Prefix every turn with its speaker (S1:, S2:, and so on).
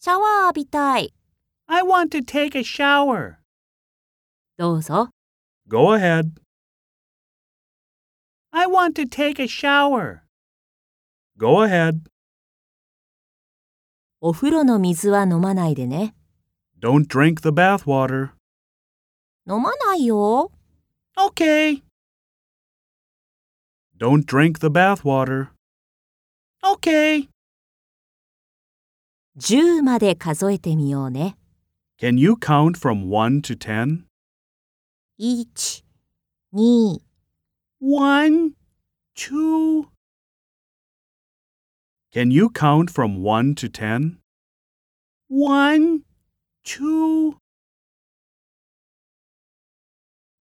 S1: シャワー浴びたい。
S2: I want to take a shower.
S1: どうぞ。
S2: Go ahead. I want to take a shower. Go ahead.
S1: お風呂の水は飲まないでね。
S2: Don't drink the bath water.
S1: 飲まないよ。
S2: Okay. Don't drink the bath water. Okay.
S1: 10まで数えてみようね。
S2: Can you count from 1 to 10?
S1: 1、2、
S2: One, two. Can you count from one to ten? One, two.